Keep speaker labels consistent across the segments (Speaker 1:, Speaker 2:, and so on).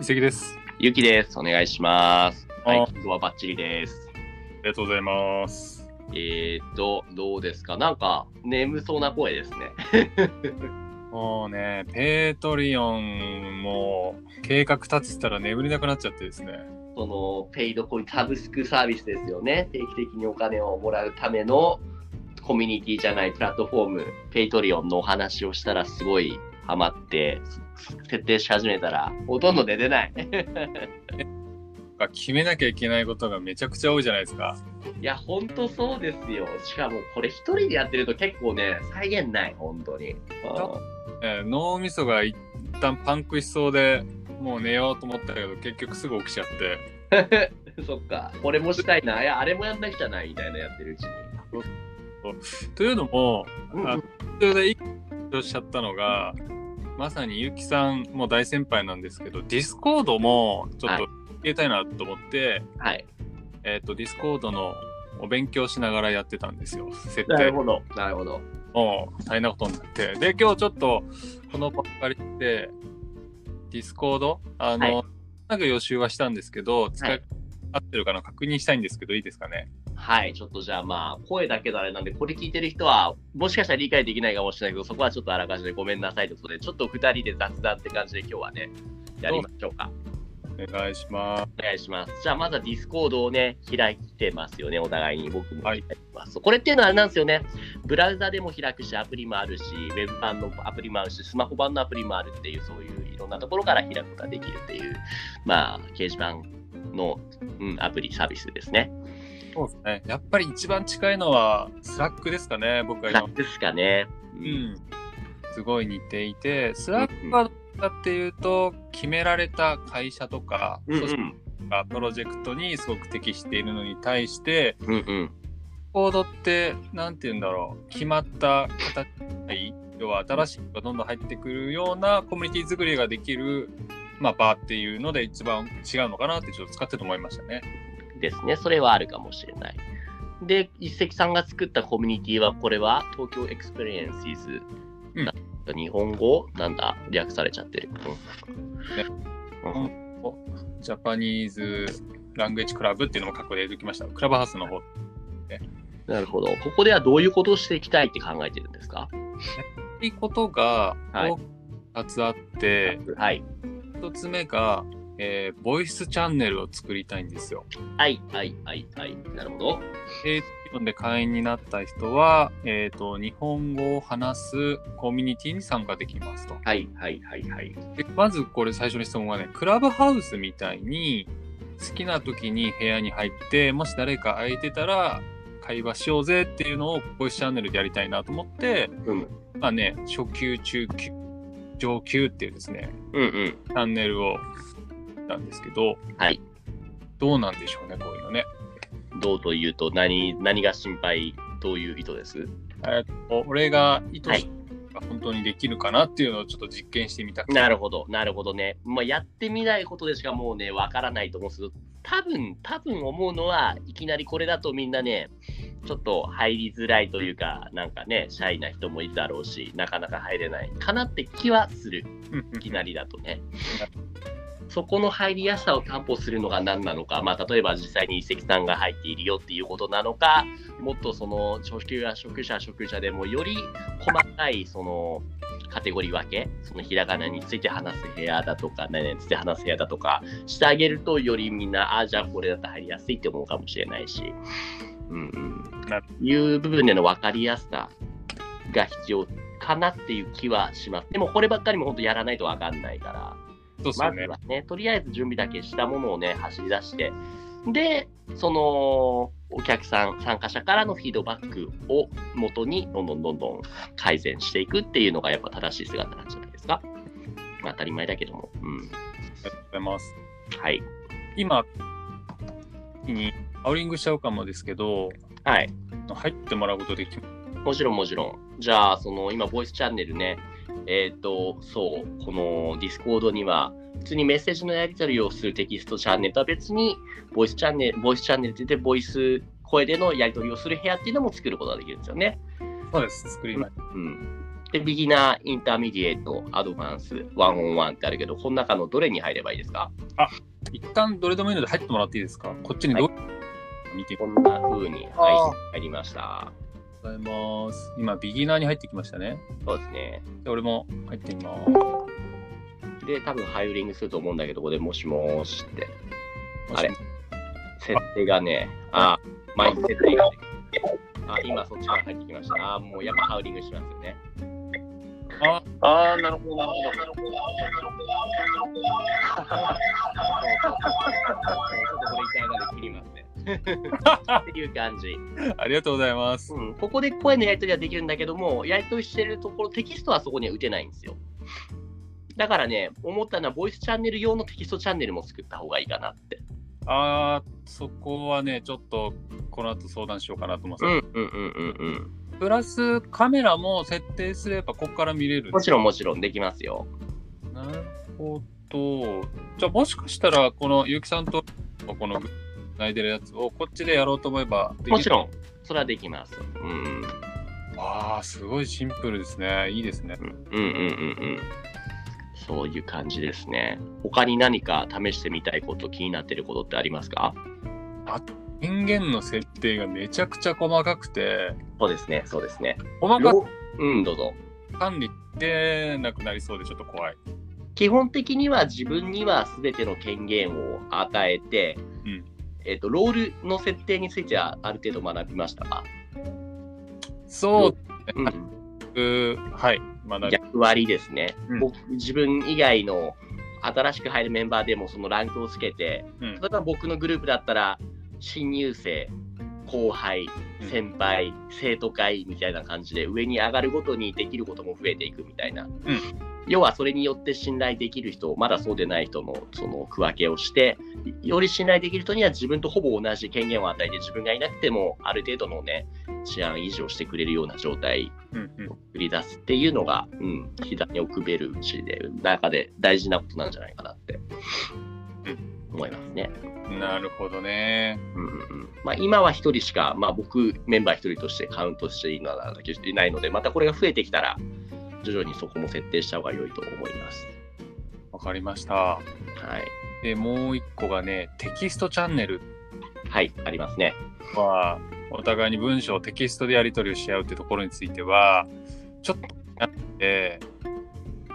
Speaker 1: 遺跡です。
Speaker 2: ゆきです。お願いします。はい
Speaker 1: あ、
Speaker 2: 今日はバッチリです。
Speaker 1: ありがとうございます。
Speaker 2: えーっと、どうですかなんか、眠そうな声ですね。
Speaker 1: もうね、ペートリオンも計画立ててたら眠れなくなっちゃってですね。
Speaker 2: その、ペイドこういうサブスクサービスですよね。定期的にお金をもらうためのコミュニティじゃないプラットフォーム、ペイトリオンのお話をしたらすごいハマって、す設定し始めたら、ほとんど寝てない。
Speaker 1: なんか決めなきゃいけないことがめちゃくちゃ多いじゃないですか。
Speaker 2: いや、ほんとそうですよ。しかも、これ一人でやってると結構ね、再現ない、本当に。うん
Speaker 1: えー脳みそが一旦パンクしそうで、もう寝ようと思ったけど、結局すぐ起きちゃって。
Speaker 2: そっか、これもしたいな、いや、あれもやんなきゃないみたいなやってるうちに。
Speaker 1: というのも、
Speaker 2: うん
Speaker 1: あそれで一挙しちゃったのが、まさにゆきさんも大先輩なんですけど、ディスコードもちょっと入れたいなと思って、
Speaker 2: はい。
Speaker 1: えっ、と、ディスコードのお勉強しながらやってたんですよ。設
Speaker 2: なる
Speaker 1: 定
Speaker 2: ほど。なるほど。
Speaker 1: もう大変なことになって。で、今日ちょっと、このばっかりして、ディスコード、あの、
Speaker 2: は
Speaker 1: なんか予習はしたんですけど、使い、
Speaker 2: はい
Speaker 1: 合ってるかな確認したいんですけど、いいですかね。
Speaker 2: はい、ちょっとじゃあまあ、声だけのあれなんで、これ聞いてる人は、もしかしたら理解できないかもしれないけど、そこはちょっとあらかじめごめんなさいってことで、ちょっと2人で雑談って感じで今日はね、やりましょうか。
Speaker 1: お願いします。
Speaker 2: お願いします。じゃあまずはディスコードをね、開いてますよね、お互いに。僕も
Speaker 1: は
Speaker 2: 開い
Speaker 1: い
Speaker 2: てます。これっていうのはあれなんですよね。ブラウザでも開くし、アプリもあるし、ウェブ版のアプリもあるし、スマホ版のアプリもあるっていう、そういういろんなところから開くことができるっていう、まあ、掲示板の、うん、アプリサービスですね。
Speaker 1: そうですね。やっぱり一番近いのは、スラックですかね、僕が今。
Speaker 2: ですかね。う
Speaker 1: う。ん。すごい似ていて、スラックはどっちかっていうと、決められた会社とか、
Speaker 2: うん
Speaker 1: 組織
Speaker 2: うん。
Speaker 1: がプロジェクトにすごく適しているのに対して
Speaker 2: うんうん。
Speaker 1: コードって何て言うんだろう決まった形ない要は新しいことがどんどん入ってくるようなコミュニティ作りができる、まあ、場っていうので一番違うのかなってちょっと使ってて思いましたね。
Speaker 2: ですね。それはあるかもしれない。で、一石さんが作ったコミュニティは、これは東京エクスペリエンシーズ。
Speaker 1: うん
Speaker 2: 日本語なんだ略されちゃってる。うん
Speaker 1: ねジャパニーズラングエッジクラブっていうのも過去で出てきました。クラブハウスの方。
Speaker 2: なるほど。ここではどういうことをしていきたいって考えてるんですか
Speaker 1: いいことが
Speaker 2: はい
Speaker 1: 多く2つあって、
Speaker 2: はい。
Speaker 1: 一1つ目が、えーボイスチャンネルを作りたいんですよ。
Speaker 2: はい、はい、はい、はい。なるほど。
Speaker 1: ペイトリオンで会員になった人は、えー、と日本語を話すコミュニティに参加できますと。
Speaker 2: はい、はい、はい、はい。
Speaker 1: でまずこれ最初の質問がね、クラブハウスみたいに好きな時に部屋に入って、もし誰か空いてたら会話しようぜっていうのをボイスチャンネルでやりたいなと思って、
Speaker 2: うん。
Speaker 1: まあね、初級、中級、上級っていうですね、
Speaker 2: うんうん。
Speaker 1: チャンネルをなんですけど、
Speaker 2: はい。
Speaker 1: どうなんでしょうね、こういうのね。
Speaker 2: どうというと何、何が心配、どういう意図です
Speaker 1: えーと俺が意図
Speaker 2: はい
Speaker 1: し本当にできるかなっていうのをちょっと実験してみたくて
Speaker 2: なるほど、なるほどね。まあ、やってみないことでしかもうね、わからないと思うんですけど、多分、多分思うのは、いきなりこれだとみんなね、ちょっと入りづらいというか、なんかね、シャイな人もいるだろうし、なかなか入れないかなって気はする、
Speaker 1: うんうん
Speaker 2: いきなりだとね。そこの入りやすさを担保するのが何なのか、まあ、例えば実際に遺跡さんが入っているよっていうことなのか、もっとその初級や初級者、初級者でもより細かいそのカテゴリー分け、そのひらがなについて話す部屋だとか、何々について話す部屋だとかしてあげると、よりみんな、ああ、じゃあこれだと入りやすいって思うかもしれないし、うんうん
Speaker 1: なる、
Speaker 2: いう部分での分かりやすさが必要かなっていう気はします。でもこればっかりも本当やらないと分かんないから。
Speaker 1: そうです
Speaker 2: ま
Speaker 1: よ
Speaker 2: ず
Speaker 1: ね。
Speaker 2: はね、とりあえず準備だけしたものをね、走り出して、で、そのお客さん、参加者からのフィードバックを元に、どんどんどんどん改善していくっていうのが、やっぱ正しい姿なんじゃないですか。まあ、当たり前だけども。うん。
Speaker 1: ありがとうございます。
Speaker 2: はい。
Speaker 1: 今、にアウリングしちゃうかもですけど、
Speaker 2: はい。
Speaker 1: 入ってもらうことできま
Speaker 2: もちろん、もちろん。じゃあ、その、今、ボイスチャンネルね、えっ、と、そう、このディスコードには、普通にメッセージのやり取りをするテキストチャンネルとは別に、ボイスチャンネル、ボイスチャンネルって言って、ボイス、声でのやり取りをする部屋っていうのも作ることができるんですよね。
Speaker 1: そうです。作りまし
Speaker 2: うん。で、ビギナー、インターミディエート、アドバンス、ワンオンワンってあるけど、この中のどれに入ればいいですか
Speaker 1: 一旦どれでもいいので入ってもらっていいですかこっちにどう、見て
Speaker 2: こんな風に、
Speaker 1: あ
Speaker 2: はい、入りました。
Speaker 1: ございます。今、ビギナーに入ってきましたね。
Speaker 2: そうですね。
Speaker 1: で俺も入ってみます。
Speaker 2: で、多分ハイウリングすると思うんだけど、ここでもしもーしって、あれ設定がね、あ、マイク設定がね、あ、今そっちから入ってきました。あ、もうやっぱハウリングしますよね。
Speaker 1: あ
Speaker 3: ああ、なるほど、なるほど、なるほど。
Speaker 2: そうそうそうそうちょっとこれ一回まで切りますね。っていう感じ、
Speaker 1: ありがとうございます。
Speaker 2: うん。ここで声のやり取りはできるんだけども、やり取りしてるところ、テキストはそこには打てないんですよ。だからね、思ったのは、ボイスチャンネル用のテキストチャンネルも作った方がいいかなって。
Speaker 1: あー、そこはね、ちょっとこの後相談しようかなと思います。
Speaker 2: うんうんうんうんうん。
Speaker 1: プラスカメラも設定すればここから見れる。
Speaker 2: もちろんもちろんできますよ。
Speaker 1: なるほど。じゃあもしかしたらこのゆうきさんとこの泣いてるやつをこっちでやろうと思えば
Speaker 2: もち
Speaker 1: ん。
Speaker 2: ろん、それはできます。うん
Speaker 1: ああ、すごいシンプルですね。いいですね。
Speaker 2: うんうんうんうんうん。そういう感じですね。他に何か試してみたいこと、気になってることってありますか
Speaker 1: 人間の設定がめちゃくちゃ細かくて、
Speaker 2: そうですね、そうですね。
Speaker 1: 細かく
Speaker 2: うん、どうぞ。
Speaker 1: 管理でなくなりそうでちょっと怖い。
Speaker 2: 基本的には自分には全ての権限を与えて、
Speaker 1: うん
Speaker 2: えっとロールの設定についてはある程度学びましたか、
Speaker 1: そう、
Speaker 2: うん、
Speaker 1: はい。学び
Speaker 2: 役割ですね、
Speaker 1: うん
Speaker 2: 僕自分以外の新しく入るメンバーでもそのランクをつけて
Speaker 1: うん
Speaker 2: 例えば僕のグループだったら新入生後輩
Speaker 1: うん
Speaker 2: 先輩、生徒会みたいな感じで上に上がるごとにできることも増えていくみたいな、要はそれによって信頼できる人まだそうでない人のその区分けをしてより信頼できる人には自分とほぼ同じ権限を与えて自分がいなくてもある程度のね治安維持をしてくれるような状態
Speaker 1: うんうん
Speaker 2: を繰り出すっていうのが、うん、左をくべるうちで中で大事なことなんじゃないかなって思いますね。
Speaker 1: なるほどね。
Speaker 2: うんうんうんまあ、今は1人しか、まあ、僕メンバー1人としてカウントしていないのだけいないのでまたこれが増えてきたら徐々にそこも設定した方が良いと思います。
Speaker 1: わかりました。
Speaker 2: はい、
Speaker 1: で、もう一個がね、テキストチャンネル
Speaker 2: はい、ありますね。
Speaker 1: は、お互いに文章をテキストでやり取りをし合うってところについては、ちょっとなって、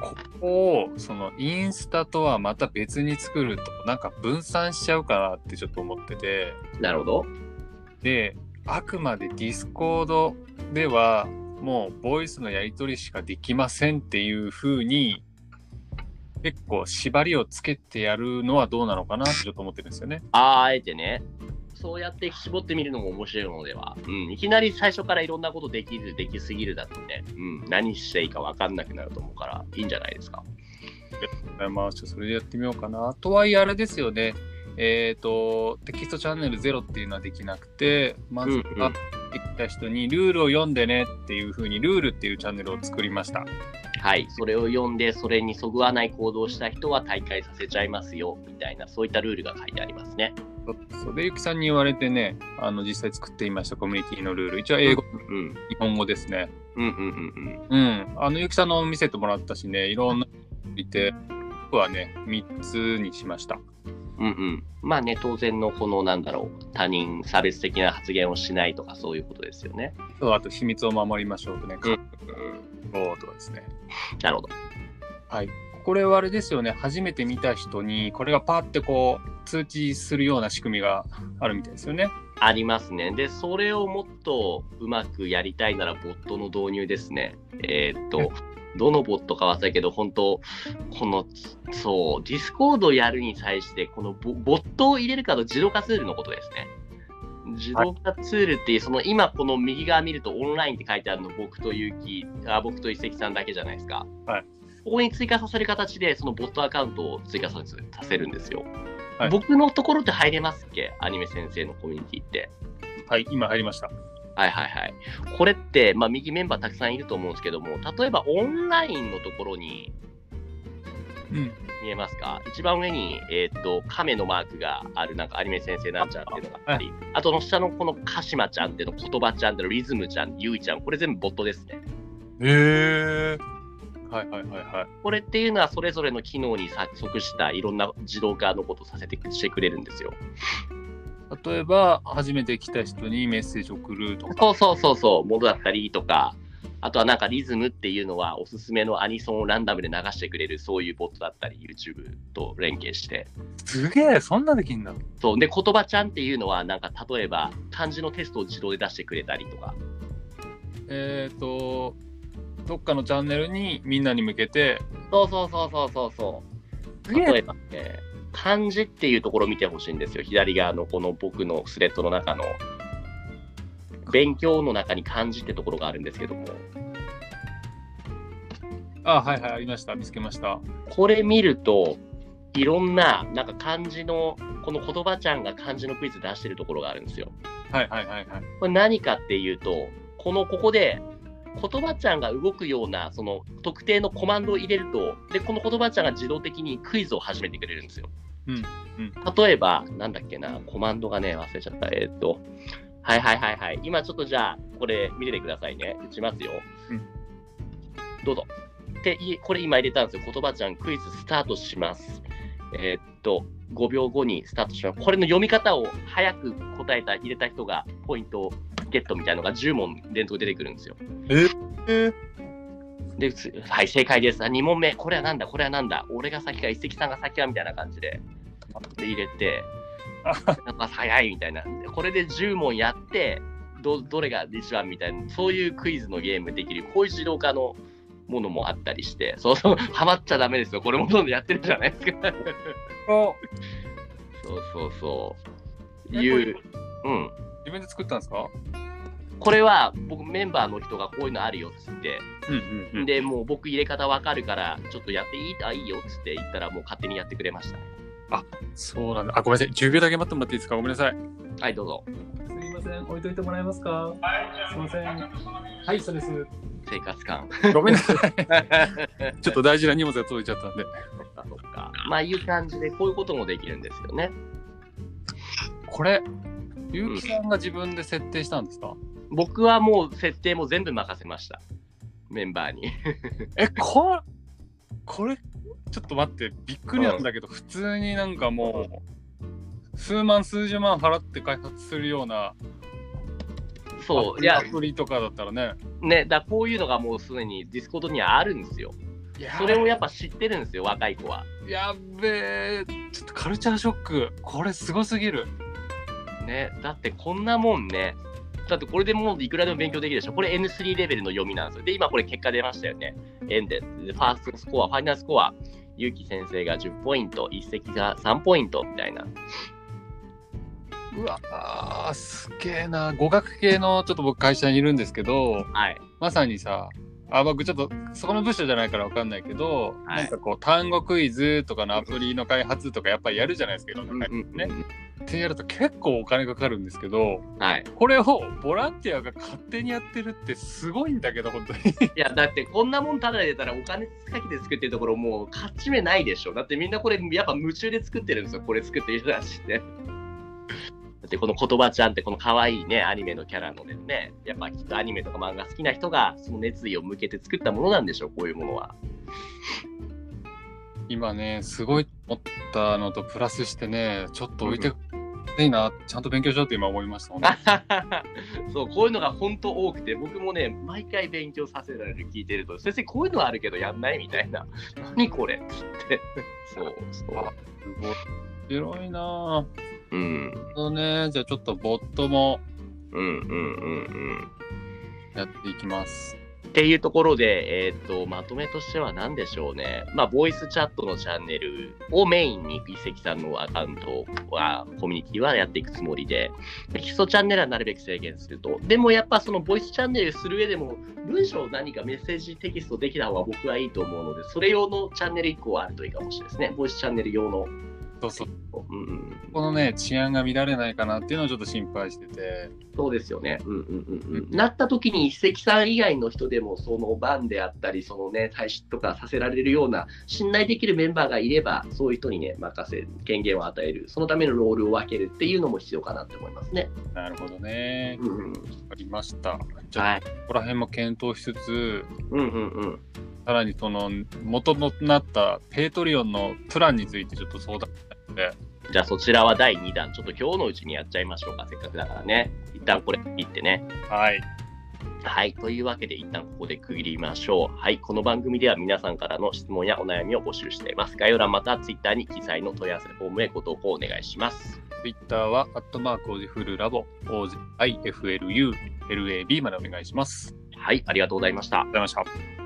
Speaker 1: ここを、その、インスタとはまた別に作ると、なんか分散しちゃうかなってちょっと思ってて、
Speaker 2: なるほど。
Speaker 1: で、あくまでディスコードでは、もう、ボイスのやり取りしかできませんっていう風に、結構、縛りをつけてやるのはどうなのかなってちょっと思ってるんですよね。
Speaker 2: あーあえてね、そうやって絞ってみるのも面白いのでは、うん、いきなり最初からいろんなことできる、できすぎるだとね、うん、何していいか分かんなくなると思うから、いいんじゃないですか。
Speaker 1: まあ、ちょっとそれでやってみようかな。とはいえ、あれですよね。えっ、と、テキストチャンネルゼロっていうのはできなくて、まず
Speaker 2: うんうん
Speaker 1: は、できた人にルールを読んでねっていう風に、ルールっていうチャンネルを作りました。
Speaker 2: はい、それを読んで、それにそぐわない行動をした人は大会させちゃいますよ、みたいな、そういったルールが書いてありますね。
Speaker 1: それで、ゆきさんに言われてね、あの、実際作っていましたコミュニティのルール。一応、英語、
Speaker 2: うん、
Speaker 1: 日本語ですね。
Speaker 2: うん、うん、うん、
Speaker 1: うん。あの、ゆきさんの見せてもらったしね、いろんな、いて、僕はね、3つにしました。
Speaker 2: うん、うん、うん。まあね、当然のこの、なんだろう、他人差別的な発言をしないとか、そういうことですよね。
Speaker 1: そうあと、秘密を守りましょうとね、
Speaker 2: う
Speaker 1: 覚
Speaker 2: ん
Speaker 1: 悟とかですね。
Speaker 2: なるほど。
Speaker 1: はい、これはあれですよね、初めて見た人に、これがパーってこう通知するような仕組みがあるみたいですよね。
Speaker 2: ありますね。で、それをもっとうまくやりたいなら、ボットの導入ですね。えーっと、どのボットか忘れたけど、本当この、そう、ディスコードやるに際して、このボボットを入れるかと自動化ツールのことですね。自動化ツールっていう、その今この右側見るとオンラインって書いてあるの、僕とゆうき、あ僕と一石さんだけじゃないですか。
Speaker 1: はい
Speaker 2: ここに追加させる形で、そのボットアカウントを追加させさせるんですよ。
Speaker 1: はい
Speaker 2: 僕のところって入れますっけアニメ先生のコミュニティって。
Speaker 1: はい、今入りました。
Speaker 2: はいはいはい。これって、まあ、右メンバーたくさんいると思うんですけども、例えばオンラインのところに
Speaker 1: うん、
Speaker 2: 見えますか一番上に、えーっと、亀のマークがある、なんかアニメ先生なんちゃんっていうのがあったり、あとの下のこの鹿島ちゃんっていうの、言葉ちゃんっていうの、リズムちゃん、ゆいちゃん、これ全部ボットですね。
Speaker 1: えー。はいはいはいはい。
Speaker 2: これっていうのはそれぞれの機能に即したいろんな自動化のことをさせてしてくれるんですよ。
Speaker 1: 例えば、初めて来た人にメッセージ送るとか。
Speaker 2: そうそうそうそう、ものだったりとか、あとはなんかリズムっていうのはおすすめのアニソンをランダムで流してくれるそういうボットだったり、YouTube と連携して。
Speaker 1: すげえ、そんなできんだ。
Speaker 2: そうで、言葉ちゃんっていうのはなんか例えば漢字のテストを自動で出してくれたりとか。
Speaker 1: えっ、ー、と、どっかのチャンネルにみんなに向けて、
Speaker 2: そうそうそうそうそうそう。
Speaker 1: すげえ
Speaker 2: 例えば、ね、漢字っていうところを見てほしいんですよ。左側のこの僕のスレッドの中の勉強の中に漢字ってところがあるんですけども、
Speaker 1: あ、はいはい、ありました、見つけました。
Speaker 2: これ見ると、いろんな、なんか漢字の、この言葉ちゃんが漢字のクイズ出してるところがあるんですよ。
Speaker 1: はいはいはいはい。
Speaker 2: これ何かっていうと、このここで言葉ちゃんが動くような、その特定のコマンドを入れると、で、この言葉ちゃんが自動的にクイズを始めてくれるんですよ。
Speaker 1: うん
Speaker 2: 例えば、なんだっけな、コマンドがね、忘れちゃった。えーっと、はいはいはいはい。今ちょっとじゃあ、これ見ててくださいね。打ちますよ。
Speaker 1: うん
Speaker 2: どうぞ。で、いこれ今入れたんですよ。言葉ちゃんクイズスタートします。えーっと、5秒後にスタートします。これの読み方を早く答えた、入れた人がポイントをゲットみたいなのが10問連続出てくるんですよ。
Speaker 1: えー、
Speaker 2: で、つはい、正解です。2問目、これはなんだ、これはなんだ、俺が先か、一石さんが先かみたいな感じで、で入れて、なんか早いみたいな。でこれで10問やって、どどれが一番みたいな、そういうクイズのゲームできる、こういう自動化のものもあったりして、そうそう、ハマっちゃダメですよ。これもどんどんやってるじゃないですか。
Speaker 1: あ
Speaker 2: そうそうそう。
Speaker 1: え
Speaker 2: いう
Speaker 1: こ、
Speaker 2: うん。
Speaker 1: 自分で作ったんですか
Speaker 2: これは僕メンバーの人がこういうのあるよっつって、
Speaker 1: うんう
Speaker 2: で、もう僕入れ方わかるから、ちょっとやっていいあ、いいよっつって言ったら、もう勝手にやってくれましたね。
Speaker 1: そうなんだ。あ、ごめんなさい。10秒だけ待ってもらっていいですかごめんなさい。
Speaker 2: はい、どうぞ。
Speaker 4: すみません、置いといてもらえますか。すみません。はい、そうです。
Speaker 2: 生活 感。
Speaker 1: ごめんなさい。 ちょっと大事な荷物が届いちゃったんで。
Speaker 2: そっかそっか。まあ、いう感じで、こういうこともできるんですよね。
Speaker 1: これ、ゆうきさんが自分で設定したんですか、
Speaker 2: 僕はもう設定も全部任せました。メンバーに。
Speaker 1: え、こ、これ、ちょっと待って、びっくりなんだけど、普通になんかもう、数万、数十万払って開発するような
Speaker 2: そう。い
Speaker 1: ア
Speaker 2: や
Speaker 1: プ、リとかだったらね。
Speaker 2: ね、だこういうのがもうすでにディスコードにはあるんですよ。
Speaker 1: いや
Speaker 2: それをやっぱ知ってるんですよ、若い子は。
Speaker 1: やっべえ、ちょっとカルチャーショック。これすごすぎる。
Speaker 2: ね、だってこんなもんね。だってこれでもういくらでも勉強できるでしょ。これ N3 レベルの読みなんですよ。で、今これ結果出ましたよね。N で、でファーストスコア、ファイナルスコア、ゆうき先生が10ポイント、一石が3ポイントみたいな。
Speaker 1: うわあーすげえな語学系のちょっと僕会社にいるんですけど
Speaker 2: はい。
Speaker 1: まさにさあ僕ちょっとそこの部署じゃないからわかんないけど、
Speaker 2: は
Speaker 1: な
Speaker 2: い
Speaker 1: んかこう単語クイズとかのアプリの開発とかやっぱりやるじゃないですか、ど
Speaker 2: うんうんうん
Speaker 1: ねってやると結構お金かかるんですけど
Speaker 2: はい。
Speaker 1: これをボランティアが勝手にやってるってすごいんだけど本当に
Speaker 2: いや、だってこんなもんただで出たらお金かけて作ってるところもう勝ち目ないでしょ。だってみんなこれやっぱ夢中で作ってるんですよ。これ作ってる人たちって。だってこの言葉ちゃんってこの可愛いね、アニメのキャラのね、やっぱきっとアニメとか漫画好きな人がその熱意を向けて作ったものなんでしょう、こういうものは。
Speaker 1: 今ねすごいと思ったのとプラスしてねちょっと置いていいなちゃんと勉強しようって今思いました、ね、
Speaker 2: そう、こういうのが本当多くて、僕もね、毎回勉強させられる、聞いてると、先生こういうのあるけどやんないみたいな。 何これつって。そう、そう。
Speaker 1: すごい広いなあ
Speaker 2: うん、
Speaker 1: なるほどね。じゃあちょっとボットも
Speaker 2: うん、うん、うん、うん。
Speaker 1: やっていきます。
Speaker 2: っていうところで、えーっとまとめとしては何でしょうね、まあ、ボイスチャットのチャンネルをメインに一石さんのアカウントは、コミュニティはやっていくつもりで、で基礎チャンネルはなるべく制限すると、でもやっぱそのボイスチャンネルする上でも、文章を何かメッセージテキストできた方が僕はいいと思うので、それ用のチャンネル1個はあるといいかもしれないですね、ボイスチャンネル用の。
Speaker 1: そうそう。
Speaker 2: うんうん、
Speaker 1: このね、治安が乱れないかなっていうのをちょっと心配してて。
Speaker 2: そうですよね、うんうんうんうん、なった時に一石さん以外の人でもそのバンであったりその、ね、退出とかさせられるような信頼できるメンバーがいればそういう人に、ね、任せ権限を与えるそのためのロールを分けるっていうのも必要かなって思いますね。
Speaker 1: なるほどね。
Speaker 2: うんうん、
Speaker 1: ありました。じゃあ、
Speaker 2: はい、
Speaker 1: ここら辺も検討しつつ、
Speaker 2: うんうんうん、
Speaker 1: さらにその元となったペイトリオンのプランについてちょっと相談したいので、
Speaker 2: じゃあそちらは第2弾ちょっと今日のうちにやっちゃいましょうかせっかくだからね一旦これいってね。
Speaker 1: はい。
Speaker 2: はい。というわけで、一旦ここで区切りましょう。はい。この番組では皆さんからの質問やお悩みを募集しています。概要欄または Twitter に記載の問い合わせフォームへご投稿お願いします。
Speaker 1: Twitter は、アットマークオジフルラボ、OGIFLU、LAB までお願いします。ありがとう
Speaker 2: はい。ありがとうございました。
Speaker 1: ございました。